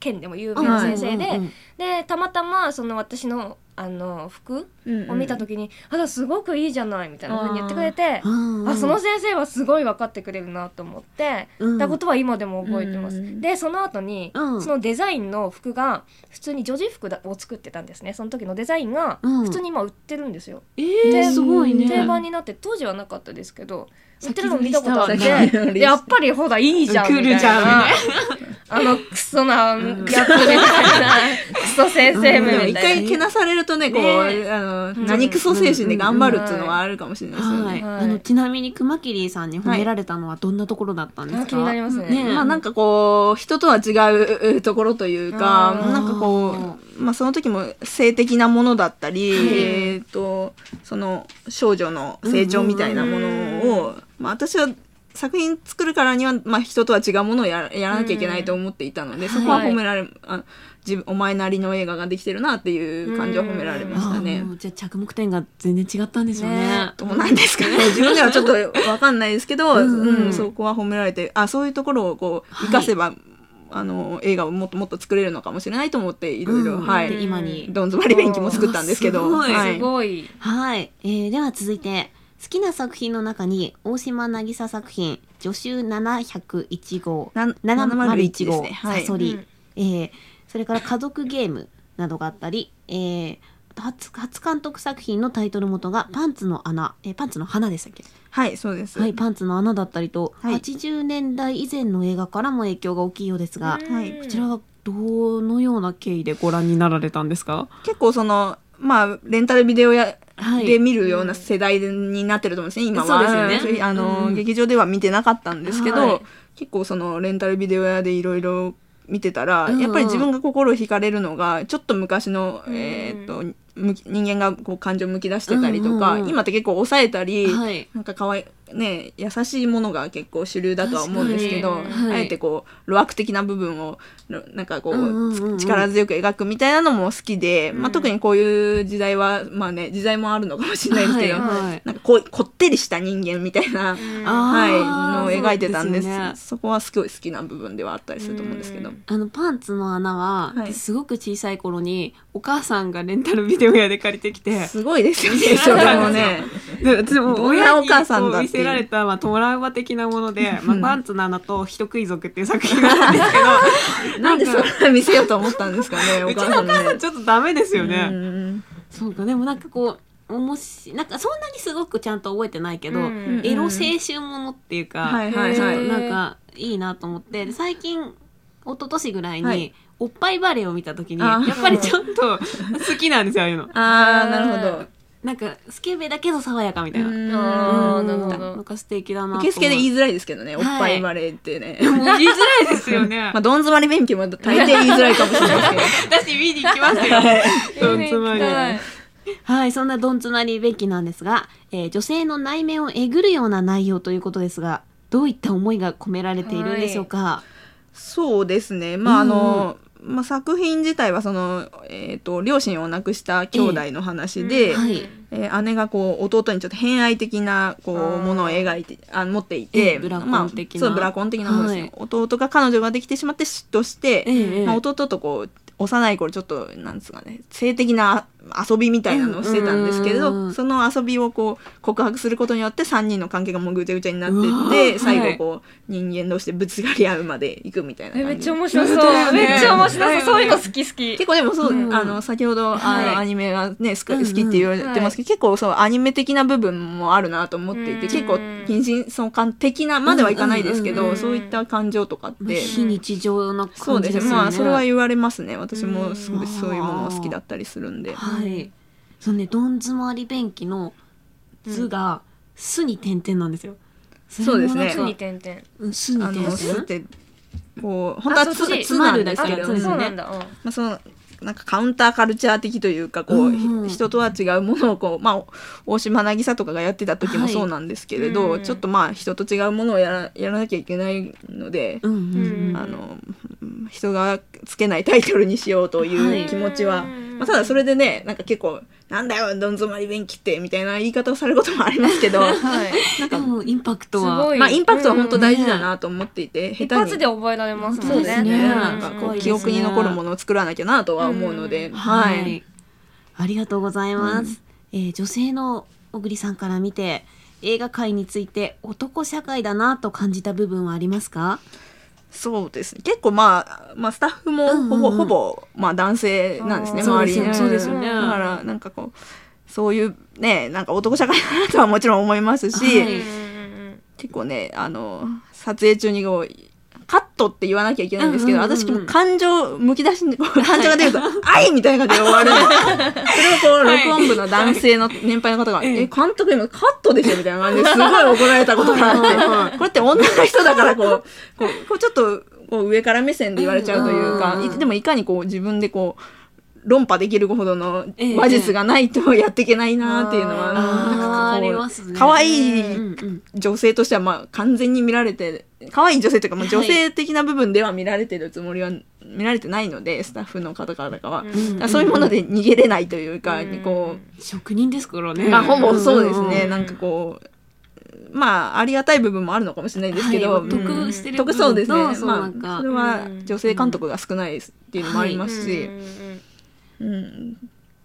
[SPEAKER 1] 県でも有名な先生で、
[SPEAKER 2] うんうんうん
[SPEAKER 1] でたまたまその私の、あのー服
[SPEAKER 4] うん
[SPEAKER 1] を見た時に「あらすごくいいじゃない」みたいな風に言ってくれて。
[SPEAKER 2] うんうん
[SPEAKER 1] あその先生はすごい分かってくれるなと思って、
[SPEAKER 2] うん
[SPEAKER 1] たことは今でも覚えてます、
[SPEAKER 4] うん
[SPEAKER 1] でその後に、
[SPEAKER 2] うん
[SPEAKER 1] そのデザインの服が普通に女児服だを作ってたんですねその時のデザインが
[SPEAKER 2] うん
[SPEAKER 1] 普通に今売ってるんですよ、
[SPEAKER 2] え
[SPEAKER 1] で
[SPEAKER 2] ー、すごいね。
[SPEAKER 1] 定番になって当時はなかったですけど売ってるの
[SPEAKER 2] 先
[SPEAKER 1] 見
[SPEAKER 2] 取りし
[SPEAKER 1] たこ
[SPEAKER 2] た
[SPEAKER 1] とあ
[SPEAKER 2] わ
[SPEAKER 1] って
[SPEAKER 2] ね
[SPEAKER 1] でやっぱりほらいいじゃんみたい
[SPEAKER 2] 来
[SPEAKER 1] な
[SPEAKER 2] るじゃん
[SPEAKER 1] あのクソなやつ
[SPEAKER 2] ん
[SPEAKER 1] みたいなクソ先生
[SPEAKER 4] でも
[SPEAKER 1] むみ
[SPEAKER 4] 一
[SPEAKER 1] たいな、
[SPEAKER 4] 回けなされるとね、こう、
[SPEAKER 2] ね
[SPEAKER 4] あの、
[SPEAKER 1] ん
[SPEAKER 4] 何クソ精神で頑張るっていうのはあるかもしれないですよね。
[SPEAKER 2] はい、
[SPEAKER 1] はい
[SPEAKER 2] あのちなみに熊切さんに褒められたのはどんなところだったんですか、
[SPEAKER 1] あ気になりますね
[SPEAKER 2] ね
[SPEAKER 4] まあなんかこう人とは違うところというか
[SPEAKER 1] あー
[SPEAKER 4] なんかこうまあその時も性的なものだったり、
[SPEAKER 1] い
[SPEAKER 4] えっとその少女の成長みたいなものを、まあ私は作品作るからには、まあ、人とは違うものをやらやらなきゃいけないと思っていたので、そこは褒められ、あ自分お前なりの映画ができてるなっていう感じは褒められましたね。
[SPEAKER 2] あーもうじゃあ着目点が全然違ったんでしょうね
[SPEAKER 1] ね
[SPEAKER 4] どうなんですかね 自分ではちょっとわかんないですけど、
[SPEAKER 2] うんうん
[SPEAKER 4] うんそこは褒められてあそういうところをこう
[SPEAKER 2] はい
[SPEAKER 4] 生かせば、あの映画をもっともっと作れるのかもしれないと思っていろいろ、
[SPEAKER 2] うん
[SPEAKER 4] は
[SPEAKER 2] で
[SPEAKER 4] い
[SPEAKER 2] 今に
[SPEAKER 4] どん詰まり勉強も作ったんですけど
[SPEAKER 2] うんすごい
[SPEAKER 4] は
[SPEAKER 1] すごい、
[SPEAKER 2] はい、えーでは続いて好きな作品の中に大島渚作品助手701号
[SPEAKER 4] な
[SPEAKER 2] 701
[SPEAKER 4] 701です
[SPEAKER 2] 号、
[SPEAKER 4] ねは
[SPEAKER 2] サ
[SPEAKER 4] い
[SPEAKER 2] ソリ、
[SPEAKER 1] うん
[SPEAKER 2] えーそれから家族ゲームなどがあったり、えーあと初初監督作品のタイトル元が「パンツの穴」えーパンツの花でしたっけ
[SPEAKER 4] はいそうです、
[SPEAKER 2] はい、パンツの穴だったりと、
[SPEAKER 4] はい
[SPEAKER 2] 80年代以前の映画からも影響が大きいようですが、
[SPEAKER 1] うん
[SPEAKER 4] はいこ
[SPEAKER 2] こちらはどのような経緯でご覧になられたんですか、
[SPEAKER 4] 結構そのまあレンタルビデオや
[SPEAKER 2] はい、
[SPEAKER 4] で見るような世代になってると思うんですね、今は。
[SPEAKER 2] そうですよね
[SPEAKER 4] うんあの、
[SPEAKER 2] うん
[SPEAKER 4] 劇場では見てなかったんですけど、
[SPEAKER 2] はい
[SPEAKER 4] 結構そのレンタルビデオ屋でいろいろ見てたら、
[SPEAKER 2] うん
[SPEAKER 4] やっぱり自分が心惹かれるのが、ちょっと昔の、
[SPEAKER 1] うん
[SPEAKER 4] えーっと、むき人間がこう感情むき出してたりとか、
[SPEAKER 2] うんうんうん
[SPEAKER 4] 今って結構抑えたり、
[SPEAKER 2] はい
[SPEAKER 4] なんか可愛いね優しいものが結構主流だとは思うんですけど、
[SPEAKER 1] 確
[SPEAKER 2] かにはい
[SPEAKER 4] あえてこう、露悪的な部分を、ろなんかこう、
[SPEAKER 2] うんうんうんうん
[SPEAKER 4] 力強く描くみたいなのも好きで、
[SPEAKER 1] う
[SPEAKER 4] まあ
[SPEAKER 1] ん
[SPEAKER 4] 特にこういう時代は、まあね、時代もあるのかもしれないですけど、
[SPEAKER 2] はいはい
[SPEAKER 4] なんかこうこってりした人間みたいな、
[SPEAKER 1] うん
[SPEAKER 2] あー
[SPEAKER 4] はい、のを描いてたんで
[SPEAKER 2] そ
[SPEAKER 4] す
[SPEAKER 2] うですよね
[SPEAKER 4] そこはすごい好きな部分ではあったりすると思うんですけど、
[SPEAKER 1] うん
[SPEAKER 2] あのパンツの穴は、
[SPEAKER 4] はい
[SPEAKER 2] すごく小さい頃にお母さんがレンタルビデオ屋で借りてき て
[SPEAKER 4] すごいですよね
[SPEAKER 2] いや
[SPEAKER 4] それも
[SPEAKER 2] そうな
[SPEAKER 4] ね
[SPEAKER 2] で私も
[SPEAKER 4] どんな
[SPEAKER 2] 親
[SPEAKER 4] お
[SPEAKER 2] にこ
[SPEAKER 4] 母さんだ
[SPEAKER 2] う
[SPEAKER 4] っていう
[SPEAKER 2] 見せられた、まあ、トラウマ的なもの で「まあ、パンツの穴」と「人食い族」っていう作品があるんですけど
[SPEAKER 4] なんでそれ見せようと思ったんですかねお
[SPEAKER 2] うち
[SPEAKER 4] 母
[SPEAKER 2] の
[SPEAKER 4] さ
[SPEAKER 2] お母さ
[SPEAKER 4] ん
[SPEAKER 2] ん
[SPEAKER 4] ね
[SPEAKER 2] ちょっとダメですよね。
[SPEAKER 4] うん
[SPEAKER 2] そうかでもなんかこうおもしなんかそんなにすごくちゃんと覚えてないけど、
[SPEAKER 1] うん
[SPEAKER 2] エロ青春ものっていうか、
[SPEAKER 4] はいはいは
[SPEAKER 2] ちょっ
[SPEAKER 4] い
[SPEAKER 2] となんかいいなと思ってで最近一昨年ぐらいに、
[SPEAKER 4] はい
[SPEAKER 2] おっぱいバレーを見た時にや
[SPEAKER 4] あー
[SPEAKER 2] っぱりちょっと好きなんですよああいうの
[SPEAKER 4] ああなるほど
[SPEAKER 2] なんかスケベだけど爽やかみたいな、
[SPEAKER 4] うん
[SPEAKER 1] あー
[SPEAKER 2] うん
[SPEAKER 1] なるほど
[SPEAKER 5] なんか素敵だなと思う
[SPEAKER 4] 受付で言いづらいですけどね、
[SPEAKER 5] はい
[SPEAKER 4] おっぱい生まれってね。
[SPEAKER 5] もう言いづらいですよね。
[SPEAKER 4] まあ、どん詰まり勉強も大抵言いづらいかもしれないですけど。
[SPEAKER 5] 私見に行きますよ。どんつまり
[SPEAKER 1] はい
[SPEAKER 2] はい、そんなどん詰まりべきなんですが、えー女性の内面をえぐるような内容ということですが、どういった思いが込められているんでしょうか。
[SPEAKER 4] そうですね。まあ、あ
[SPEAKER 2] うんうん
[SPEAKER 4] の、まあ、作品自体はその、えっ、と、両親を亡くした兄弟の話で、
[SPEAKER 1] え
[SPEAKER 4] え
[SPEAKER 1] え
[SPEAKER 2] はい、
[SPEAKER 4] ー姉がこう、弟にちょっと偏愛的な、こう、
[SPEAKER 1] あー
[SPEAKER 4] ものを描いて、あ持ってい
[SPEAKER 5] ええ
[SPEAKER 4] て、
[SPEAKER 5] ブラコン的な
[SPEAKER 4] まあ、そう、ブラコン的なものですね、弟が彼女ができてしまって嫉妬して、
[SPEAKER 5] ええ
[SPEAKER 4] まあ、弟とこう、幼い頃ちょっと、なんですかね、性的な遊びみたいなのをしてたんですけれ
[SPEAKER 5] うんうんうん
[SPEAKER 4] ど、その遊びをこう、告白することによって3人の関係がもうぐちゃぐちゃになっ
[SPEAKER 5] うわ
[SPEAKER 4] てっ
[SPEAKER 5] ー
[SPEAKER 4] て、最後こう、人間同士でぶつかり合うまで行くみたいな
[SPEAKER 1] え
[SPEAKER 4] 感じ。
[SPEAKER 1] めっちゃ面白 そう。めっちゃ面白そう。そういうの好き好き。
[SPEAKER 4] 結構でもそう、
[SPEAKER 5] うん
[SPEAKER 4] あの、先ほど、あ
[SPEAKER 1] はい
[SPEAKER 4] の、アニメがね、すか
[SPEAKER 5] うんう
[SPEAKER 4] 好
[SPEAKER 5] ん
[SPEAKER 4] きって言われてますけど、結構そう、アニメ的な部分もあるなと思っていて、
[SPEAKER 1] うん
[SPEAKER 4] 結構、近親相関的なまではいかないですけ
[SPEAKER 1] うんうんうんう
[SPEAKER 4] ど、
[SPEAKER 1] ん
[SPEAKER 4] そういった感情とかっ
[SPEAKER 2] まあ
[SPEAKER 4] て、
[SPEAKER 2] 非日常の
[SPEAKER 4] そう
[SPEAKER 2] 感
[SPEAKER 4] で
[SPEAKER 2] じ
[SPEAKER 4] す
[SPEAKER 2] で
[SPEAKER 4] ね。
[SPEAKER 2] すよね。
[SPEAKER 4] まあ、それは言われますね。私
[SPEAKER 1] う
[SPEAKER 4] も
[SPEAKER 1] ん
[SPEAKER 4] すごいそういうものを好きだったりするんで。
[SPEAKER 2] はい。そのね、どん詰まり便器の図が、すに点々なんですよ。
[SPEAKER 4] そうですね
[SPEAKER 1] つに点々。
[SPEAKER 2] うんすに
[SPEAKER 4] あ
[SPEAKER 2] 点
[SPEAKER 4] の、すっ
[SPEAKER 2] 々。
[SPEAKER 4] て、こう、本当は
[SPEAKER 1] あそ
[SPEAKER 4] つ
[SPEAKER 1] っち
[SPEAKER 4] つなんです
[SPEAKER 1] あ
[SPEAKER 4] けれ
[SPEAKER 2] つまるだけ
[SPEAKER 4] ども、
[SPEAKER 1] そうなんだ。うん
[SPEAKER 4] まあ、そのなんかカウンターカルチャー的というかこう、
[SPEAKER 2] うんうん
[SPEAKER 4] ひ人とは違うものをこう、まあ、大島渚とかがやってた時もそうなんですけれど、
[SPEAKER 1] はいうん
[SPEAKER 4] ちょっとまあ人と違うものをやらやらなきゃいけないので、
[SPEAKER 2] うんうんうん。
[SPEAKER 4] あのうん人がつけないタイトルにしようという気持ちは、
[SPEAKER 1] うん
[SPEAKER 4] まあ、ただそれでねなんか結構「なんだよどん詰まり便器って」みたいな言い方をされることもありますけど、
[SPEAKER 1] はい。
[SPEAKER 4] な
[SPEAKER 2] で
[SPEAKER 4] んか、
[SPEAKER 2] もインパクトは。
[SPEAKER 1] すごい
[SPEAKER 4] まあ、インパクトは本当大事だなと思っていて、下手に
[SPEAKER 1] 一発で覚えられますも
[SPEAKER 4] そ
[SPEAKER 1] ん
[SPEAKER 4] う
[SPEAKER 1] ね。
[SPEAKER 4] ですね。
[SPEAKER 2] ね
[SPEAKER 4] なんかこ
[SPEAKER 2] う
[SPEAKER 4] う、
[SPEAKER 2] ん
[SPEAKER 4] 記憶に残るものを作らなきゃなとは思うので、はい。。
[SPEAKER 2] ありがとうございます。えー女性の小栗さんから見て、映画界について男社会だなと感じた部分はありますか？
[SPEAKER 4] そうですね。結構まあ、まあ、スタッフも
[SPEAKER 2] うんうん
[SPEAKER 4] ほぼ、
[SPEAKER 2] うん
[SPEAKER 4] ほぼ、まあ、男性なんですね、
[SPEAKER 1] あー
[SPEAKER 4] 周りに
[SPEAKER 1] そうですよね
[SPEAKER 4] んだから、なんかこう、そういうね、なんか男社会だなとはもちろん思いますし、
[SPEAKER 2] はい
[SPEAKER 1] うんうんうん
[SPEAKER 4] 結構ね、あの、撮影中にこう、カットって言わなきゃいけないんですけど、
[SPEAKER 2] うんうんうんうん
[SPEAKER 4] 私も感情、むき出しに、こう感情 が出ると、あいみたいな感じで終わる。それをこう、
[SPEAKER 5] はい
[SPEAKER 4] 録音部の男性の年配の方が、え、監督今カットでしょみたいな感じですごい怒られたことがあって、これって女の人だからこ う、こう、こうちょっと、こう上から目線で言われちゃうという
[SPEAKER 2] うん
[SPEAKER 4] か
[SPEAKER 2] うんうん、
[SPEAKER 4] いでもいかにこう自分でこう、論破できるほどの
[SPEAKER 2] ええ
[SPEAKER 4] 話術がないとやっていけないなっていうのは、なんかこう
[SPEAKER 2] あーありますね
[SPEAKER 4] 可愛い
[SPEAKER 2] うんうん。
[SPEAKER 4] 女性としてはまあ完全に見られて可愛い女性というかまあ女性的な部分では見られてるつもりは見られてないのでスタッフの方からかは、だからそういうもので逃げれないというか、
[SPEAKER 1] うん
[SPEAKER 4] こ
[SPEAKER 2] 職人ですから
[SPEAKER 4] う、
[SPEAKER 2] ね。
[SPEAKER 4] まあ、ほぼそうですね、
[SPEAKER 1] うん
[SPEAKER 4] なんかこうまあありがたい部分もあるのかもしれないですけど、
[SPEAKER 2] はい
[SPEAKER 1] うん
[SPEAKER 2] 得してる部
[SPEAKER 4] 得
[SPEAKER 2] 分と。
[SPEAKER 4] そうですね、
[SPEAKER 2] そう
[SPEAKER 4] ま
[SPEAKER 2] なん
[SPEAKER 4] あ
[SPEAKER 2] か
[SPEAKER 4] それは女性監督が少ないですっていうのもありますし、
[SPEAKER 1] うんうん
[SPEAKER 4] うん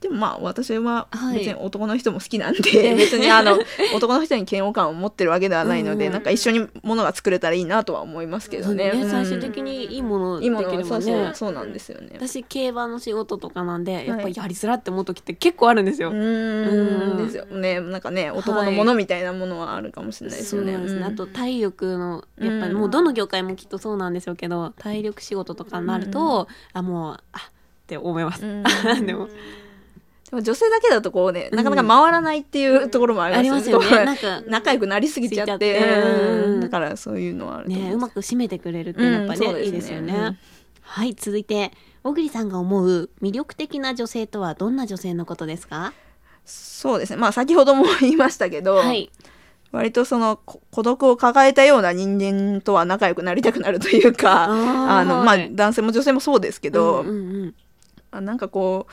[SPEAKER 4] でもまあ私は
[SPEAKER 2] はい
[SPEAKER 4] 別に男の人も好きなんで、別にあの男の人に嫌悪感を持ってるわけではないので、
[SPEAKER 2] うん
[SPEAKER 4] なんか一緒にものが作れたらいいなとは思いますけどね。
[SPEAKER 2] そう
[SPEAKER 4] う
[SPEAKER 2] ね
[SPEAKER 4] ん
[SPEAKER 2] 最終的にいいものできれば
[SPEAKER 4] 今の
[SPEAKER 2] ね。
[SPEAKER 4] そうそうそうなんですよね。
[SPEAKER 2] 私競馬の仕事とかなんでやっぱりやりづらって思う時って結構あるんですよ。
[SPEAKER 4] うー
[SPEAKER 2] うん
[SPEAKER 4] んですよね。なんかね男のものみたいなものはあるかもしれないです
[SPEAKER 2] そう
[SPEAKER 4] よね。
[SPEAKER 2] なんですね、
[SPEAKER 4] うん
[SPEAKER 2] あと体力のやっぱり
[SPEAKER 4] うん
[SPEAKER 2] もうどの業界もきっとそうなんでしょうけど体力仕事とかになると、あもうあって思います、
[SPEAKER 4] うん
[SPEAKER 2] でも
[SPEAKER 4] でも女性だけだとこうねなかな
[SPEAKER 2] う
[SPEAKER 4] か
[SPEAKER 2] ん
[SPEAKER 4] 回らないっていうところもあ
[SPEAKER 2] あ
[SPEAKER 4] り
[SPEAKER 2] り
[SPEAKER 4] ま
[SPEAKER 2] ますす
[SPEAKER 4] ね
[SPEAKER 2] よね
[SPEAKER 4] こう
[SPEAKER 2] なんか
[SPEAKER 4] 仲良くなりすぎちゃって
[SPEAKER 2] ついちゃって
[SPEAKER 4] うん
[SPEAKER 2] うん
[SPEAKER 4] だからそういうのはあると思
[SPEAKER 2] ね
[SPEAKER 4] います
[SPEAKER 2] うまく締めてくれるってやっぱね、
[SPEAKER 4] うんそうですね
[SPEAKER 2] いいですよね、
[SPEAKER 4] うん
[SPEAKER 2] はい続いて小栗さんが思う魅力的な女性とはどんな女性のことですか
[SPEAKER 4] そうですねまあ先ほども言いましたけど、
[SPEAKER 2] はい
[SPEAKER 4] 割とそのこ孤独を抱えたような人間とは仲良くなりたくなるというか
[SPEAKER 2] あ
[SPEAKER 4] あの、ま
[SPEAKER 2] は
[SPEAKER 4] あ、
[SPEAKER 2] い
[SPEAKER 4] 男性も女性もそうですけ
[SPEAKER 2] う
[SPEAKER 4] ど、
[SPEAKER 2] んうんうん
[SPEAKER 4] あなんかこ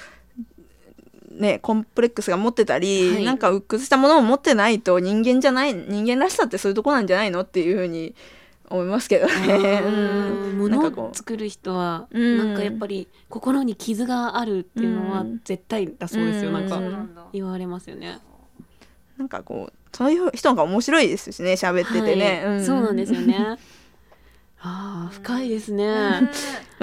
[SPEAKER 4] うねコンプレックスが持ってたり、
[SPEAKER 2] はい
[SPEAKER 4] なんか鬱屈したものを持ってないと人間じゃない人間らしさってそういうとこなんじゃないのっていうふうに思いますけどね。
[SPEAKER 2] うん
[SPEAKER 4] うんなん
[SPEAKER 2] 物
[SPEAKER 4] かこ
[SPEAKER 2] を作る人は
[SPEAKER 4] うん
[SPEAKER 2] なんかやっぱり心に傷があるっていうのは
[SPEAKER 4] うん
[SPEAKER 2] 絶対だそうですよ、
[SPEAKER 4] うん
[SPEAKER 2] なん
[SPEAKER 1] そう
[SPEAKER 2] か
[SPEAKER 1] なんだ。
[SPEAKER 2] 言われますよね。
[SPEAKER 4] う なんかこうそういう人が面白いですしね喋っててね、
[SPEAKER 2] はい
[SPEAKER 4] ん
[SPEAKER 2] そうなんですよね。 ああ、深いですね。
[SPEAKER 4] ま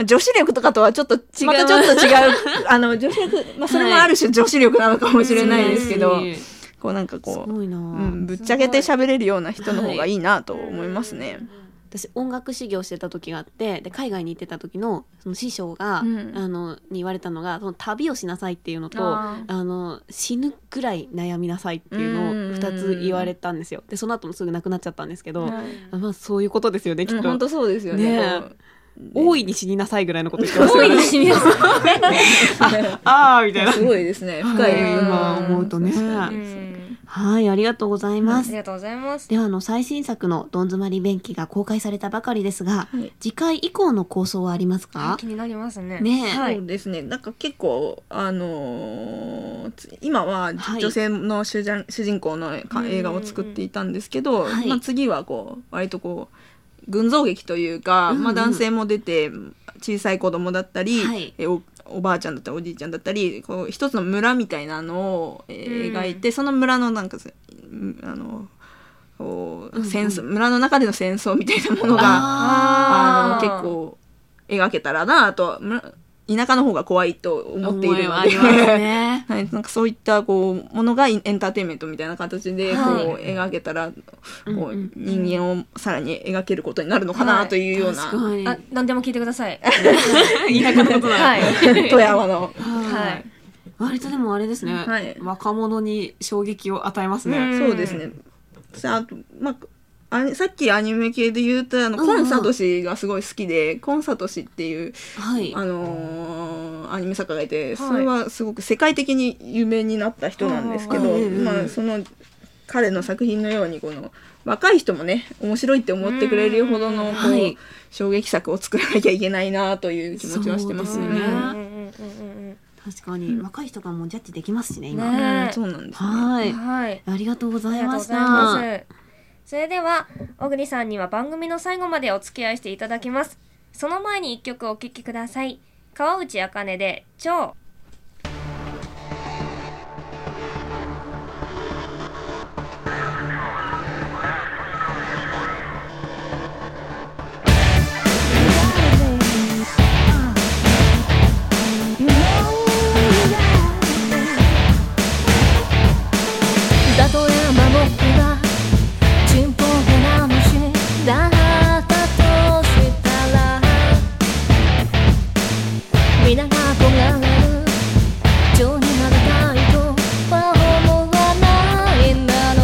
[SPEAKER 4] あ女子力とかとはちょっと違うまたちょっと違 うあの女子力、まあ、それもある種女子力なのかもしれないですけど、
[SPEAKER 2] うんす
[SPEAKER 4] こうなんかこう
[SPEAKER 2] ごいな。
[SPEAKER 4] うん、ぶっちゃけて喋れるような人の方がいいなと思いますね。
[SPEAKER 2] 私音楽修行してた時があってで海外に行ってた時のその師匠が、
[SPEAKER 4] うん
[SPEAKER 2] あのに言われたのがその旅をしなさいっていうのとあ
[SPEAKER 4] あ
[SPEAKER 2] の死ぬぐらい悩みなさいっていうのを2つ言われたんですよでその後もすぐ亡くなっちゃったんですけど、あまあそういうことですよねきっと、
[SPEAKER 4] 本当そうですよね
[SPEAKER 2] ねえ
[SPEAKER 4] こう
[SPEAKER 2] 大いに死になさいぐらいのこと言ってます
[SPEAKER 1] 大
[SPEAKER 2] よね
[SPEAKER 1] いに死になさい。
[SPEAKER 2] ああみたいな
[SPEAKER 4] すごいですね深い、
[SPEAKER 1] はい今
[SPEAKER 4] うん
[SPEAKER 2] 思うとね
[SPEAKER 4] 確か
[SPEAKER 1] う
[SPEAKER 4] に
[SPEAKER 1] ん
[SPEAKER 2] はいありがとうございま
[SPEAKER 1] あ
[SPEAKER 2] す、
[SPEAKER 1] りがとうございます。
[SPEAKER 2] ではあの最新作の「どん詰まり便器」が公開されたばかりですが、
[SPEAKER 4] はい
[SPEAKER 2] 次回以降の構想はありますか
[SPEAKER 1] 気になりますね。
[SPEAKER 2] ねえ
[SPEAKER 1] はい
[SPEAKER 4] そうですねなんか結構あのーつ今は
[SPEAKER 2] はい
[SPEAKER 4] 女性の主人,、主人公のか
[SPEAKER 1] うん
[SPEAKER 4] 映画を作っていたんですけど、
[SPEAKER 2] はい
[SPEAKER 4] まあ、次はこう割とこう群像劇というか、
[SPEAKER 2] うんうん
[SPEAKER 4] まあ、男性も出て小さい子供だったり、
[SPEAKER 2] はい
[SPEAKER 4] えおおばあちゃんだったりおじいちゃんだったりこう一つの村みたいなのを、えー
[SPEAKER 1] うん
[SPEAKER 4] 描いてその村のなんかすうんあのこう
[SPEAKER 2] うんうん
[SPEAKER 4] 戦争、村の中での戦争みたいなものが。あの結構描けたらなとむ田舎の方が怖いと思って いるの
[SPEAKER 5] 思いはあります
[SPEAKER 4] で。
[SPEAKER 5] ね
[SPEAKER 4] はい、なんかそういったこうものがいエンターテインメントみたいな形でこう、
[SPEAKER 1] はい
[SPEAKER 4] 描けたらこう、
[SPEAKER 2] うんうん
[SPEAKER 4] 人間をさらに描けることになるのかなというような、
[SPEAKER 5] 確かに
[SPEAKER 1] あ、何でも聞いてくださ い。
[SPEAKER 5] 田舎のことだ
[SPEAKER 1] はい。
[SPEAKER 4] 富山の。
[SPEAKER 5] は
[SPEAKER 1] はいい。
[SPEAKER 5] 割とでもあれですね、
[SPEAKER 4] はい
[SPEAKER 5] 若者に衝撃を与えますね、
[SPEAKER 1] うん
[SPEAKER 4] そうですね。さあと、まあ、アニさっきアニメ系で言うとあの
[SPEAKER 2] うんうん
[SPEAKER 4] コンサート氏がすごい好きで、コンサート氏っていう
[SPEAKER 2] はい
[SPEAKER 4] あのーアニメ作家がいて、
[SPEAKER 1] い
[SPEAKER 4] それはすごく世界的に有名になった人なんですけど、
[SPEAKER 5] あー
[SPEAKER 4] まあ、その彼の作品のようにこの若い人もね面白いって思ってくれるほどのこう、
[SPEAKER 2] はい
[SPEAKER 4] 衝撃作を作らなきゃいけないなという気持ちはしてます
[SPEAKER 5] そう
[SPEAKER 4] ね。
[SPEAKER 5] で
[SPEAKER 4] う
[SPEAKER 5] すね
[SPEAKER 1] うんうんうんうん
[SPEAKER 2] 確かに若い人がもうジャッジできますしね今
[SPEAKER 1] ね
[SPEAKER 4] んそうなんですね。
[SPEAKER 2] は
[SPEAKER 1] う
[SPEAKER 2] い
[SPEAKER 1] ん。はい。
[SPEAKER 2] ありがとうご
[SPEAKER 1] あ
[SPEAKER 2] ざ
[SPEAKER 1] り
[SPEAKER 2] い
[SPEAKER 1] がとう
[SPEAKER 2] ま
[SPEAKER 1] ご
[SPEAKER 2] し
[SPEAKER 1] ざいま
[SPEAKER 2] た
[SPEAKER 1] す。それでは、小栗さんには番組の最後までお付き合いしていただきます。その前に一曲お聴きください。川内茜で、超。
[SPEAKER 6] だとえ守がちんぽけな虫だったとしたら皆が憧れる情になりたいとは思わないんだろ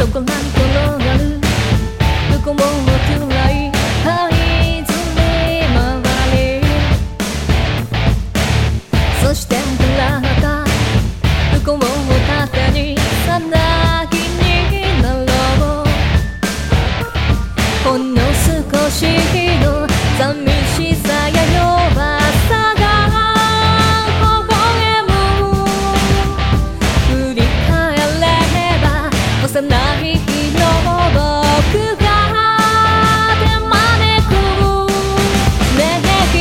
[SPEAKER 6] うそこらに転がるどこもくらいはいずり回りそしてぶらった向こうを盾にさなぎになろうほんの少しの寂しさや弱さが微笑む振り返れば幼い日の僕が手招くねえ君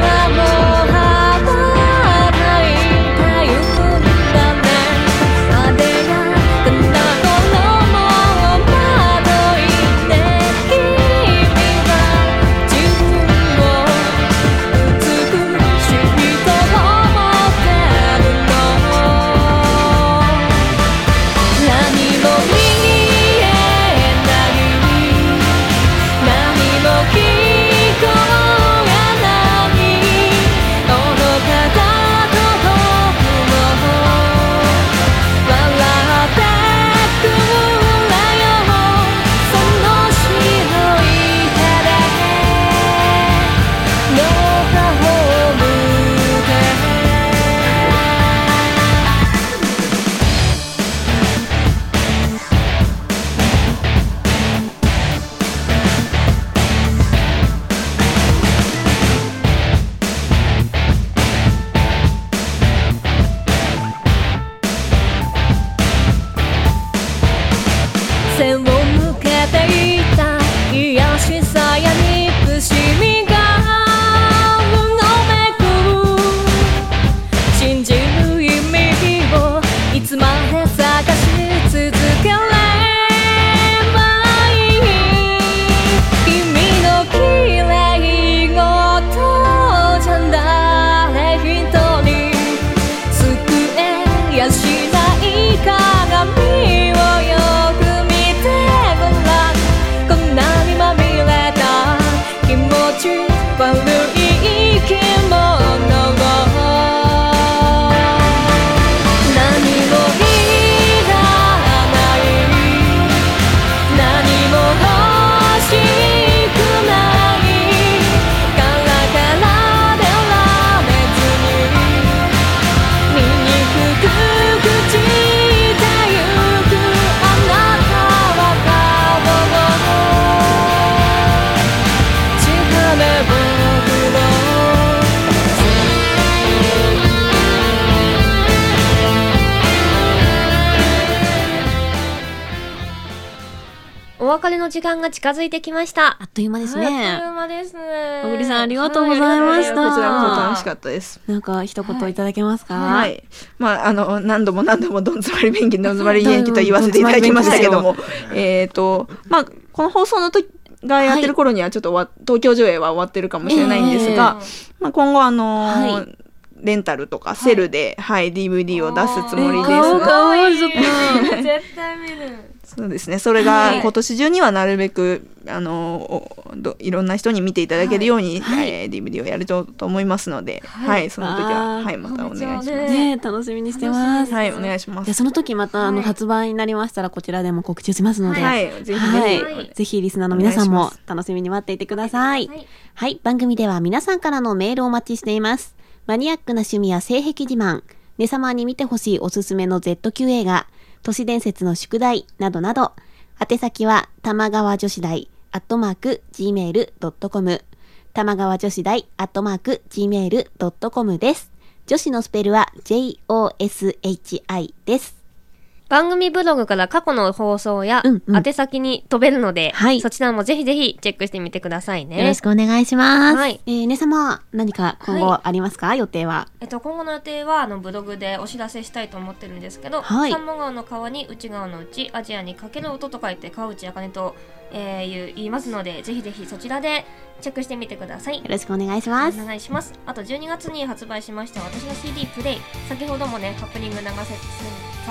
[SPEAKER 6] はもう働いたいんだねあれやかな頃も惑いて君は自分を美しいと思ってるの何も見えない何も聞こえない愚かだと僕も笑ってくれよその白い手でどうかを向け背を向けていた癒しさや憎しみがうごめく信じる意味をいつまで探し続ければいい君の綺麗事じゃ誰一人救えやしない鏡をよく見て
[SPEAKER 1] お別れの時間が近づいてきました
[SPEAKER 2] あ。っという間です
[SPEAKER 1] はいあっとい
[SPEAKER 2] ね
[SPEAKER 1] う。間です。
[SPEAKER 2] 小栗さんありがとうございました
[SPEAKER 1] はいありがとうご
[SPEAKER 4] こ
[SPEAKER 1] ざ
[SPEAKER 4] ち
[SPEAKER 1] い
[SPEAKER 4] らこ
[SPEAKER 1] まし
[SPEAKER 4] そ
[SPEAKER 1] た
[SPEAKER 4] 楽しかったです。
[SPEAKER 2] なんか一言いただけますか、
[SPEAKER 4] は、い。まあ、あの、何度も何度もどん詰まり便器、どん詰まり便器と言わせていただきましたけども、えっと、まあ、この放送の時がやってる頃にはちょっと終わ東京上映は終わってるかもしれないんですが、まあ、今後あのー
[SPEAKER 2] は
[SPEAKER 4] レンタルとかセルで、はい、DVD を出すつもりです
[SPEAKER 2] あー
[SPEAKER 4] が、
[SPEAKER 2] わいい
[SPEAKER 1] 絶対見る。
[SPEAKER 4] そうですね。それが今年中にはなるべく、あのおどいろんな人に見ていただけるように、
[SPEAKER 2] はい
[SPEAKER 4] えー DVD をやるとと思いますので、はい、その時
[SPEAKER 2] あー
[SPEAKER 4] ははいまたお願いします。
[SPEAKER 2] ねえ楽しみにしてます。
[SPEAKER 4] はい、お願いしま
[SPEAKER 2] じゃあ
[SPEAKER 4] す。
[SPEAKER 2] その時また、あの
[SPEAKER 1] はい
[SPEAKER 2] 発売になりましたらこちらでも告知しますので、
[SPEAKER 4] はい、ぜひぜひ、
[SPEAKER 2] はい
[SPEAKER 1] はい
[SPEAKER 2] ぜひリスナーの皆さん
[SPEAKER 4] お願
[SPEAKER 2] も
[SPEAKER 4] いし
[SPEAKER 2] 楽しみに待っていてください。
[SPEAKER 1] は
[SPEAKER 2] はいい、番組では皆さんからのメールをお待ちしています。マニアックな趣味や性癖自慢、ねさまに見てほしいおすすめの Z 級映画、都市伝説の宿題などなど、宛先は玉川女子大アットマーク gmail.com 玉川女子大アットマーク gmail.com です。女子のスペルは JOSHI です。
[SPEAKER 1] 番組ブログから過去の放送や、
[SPEAKER 2] うんうん
[SPEAKER 1] 宛先に飛べるので、
[SPEAKER 2] はい
[SPEAKER 1] そちらもぜひぜひチェックしてみてくださいね。
[SPEAKER 2] よろしくお願いします。
[SPEAKER 1] はい
[SPEAKER 2] えー、ねさま、何か今後ありますか、予定は。
[SPEAKER 1] えっと、今後の予定はあのブログでお知らせしたいと思ってるんですけど、
[SPEAKER 2] はい
[SPEAKER 1] 三門川の川に内川のうちアジアにかける音と書いて川内茜と、えー、いう言いますのでぜひぜひそちらでチェックしてみてください
[SPEAKER 2] よ。ろしくお願いし
[SPEAKER 1] お
[SPEAKER 2] ます。
[SPEAKER 1] 願いしますあと12月に発売しました私の CD プレイ先ほどもねハプニング流せ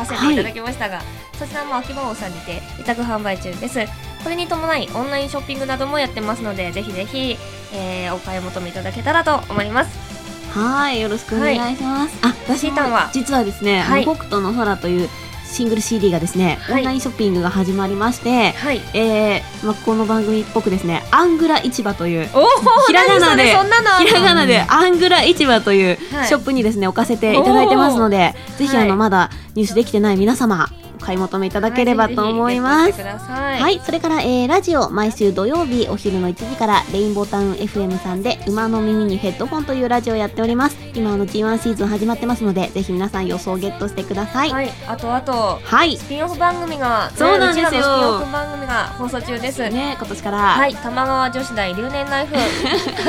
[SPEAKER 1] させていただきましたが、そちらも秋葉王さんにて委託販売中ですこれに伴いオンラインショッピングなどもやってますのでぜひぜひ、えーお買い求めいただけたらと思います
[SPEAKER 2] はい、よろしくお願いします。あ、
[SPEAKER 1] シータンは
[SPEAKER 2] 実はですね、
[SPEAKER 1] はい
[SPEAKER 2] あの北斗の空というシングル CD がですね、
[SPEAKER 1] はい
[SPEAKER 2] オンラインショッピングが始まりまして、
[SPEAKER 1] はい
[SPEAKER 2] えー、まあ、この番組っぽくですね、アングラ市場という、
[SPEAKER 1] おお
[SPEAKER 2] ひらがなで
[SPEAKER 1] そんなのあん
[SPEAKER 2] ひ
[SPEAKER 1] の
[SPEAKER 2] らがなでアングラ市場という
[SPEAKER 1] はい
[SPEAKER 2] ショップにですね、置かせていただいてますので、ぜひあの、
[SPEAKER 1] はい
[SPEAKER 2] まだ入手できてない皆様、お買い求めいただければと思います
[SPEAKER 1] ぜひ。ぜひゲットしてください
[SPEAKER 2] はい、それから、えーラジオ毎週土曜日お昼の1時からレインボータウン FM さんで馬の耳にヘッドホンというラジオをやっております今あの G1 シーズン始まってますのでぜひ皆さん予想をゲットしてくださいは、
[SPEAKER 1] はいいあとあとスピンオフ番組がね
[SPEAKER 2] そうなんですよ
[SPEAKER 1] うちらのスピンオフ番組が放送中です
[SPEAKER 2] ね今年から
[SPEAKER 1] はいい、玉川女子大留年ラ イフ。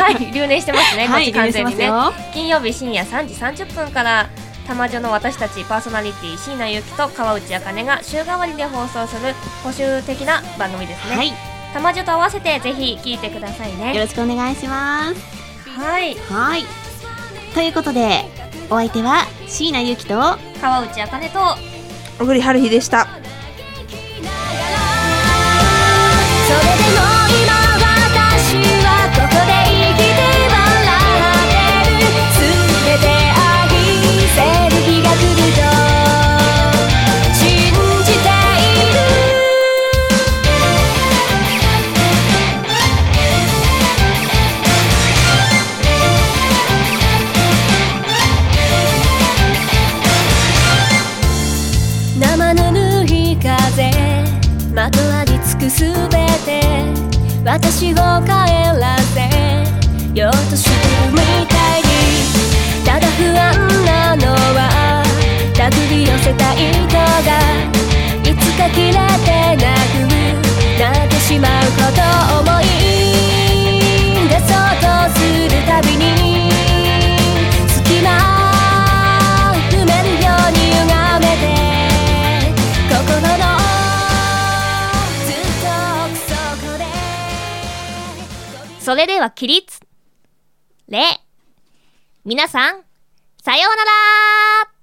[SPEAKER 1] はい、留年してますね、こっ
[SPEAKER 2] はい
[SPEAKER 1] ち完全にね
[SPEAKER 2] 留。年してますよ
[SPEAKER 1] 金曜日深夜3時30分から、玉女の私たちパーソナリティ椎名ゆきと川内茜が週替わりで放送する補修的な番組ですね。
[SPEAKER 2] は
[SPEAKER 1] 玉女と合わせてぜひ聞いてください
[SPEAKER 2] いよ
[SPEAKER 1] ね。
[SPEAKER 2] ろしくお願いします
[SPEAKER 1] はい、
[SPEAKER 2] はいということでお相手は椎名ゆきと
[SPEAKER 1] 川内茜と
[SPEAKER 4] 小栗春日でした。
[SPEAKER 6] それでも今私はここで生きて笑ってる全て愛せる日が来ると信じている生ぬるい風まとわりつくすべて私を帰らせようとしてるみたいにただ不安なのは手繰り寄せた糸がいつか切れてなくなってしまうことを思い出そうとするたびに隙間埋めるように歪めて心のずっと奥底で
[SPEAKER 1] それでは起立。礼。皆さん、さようなら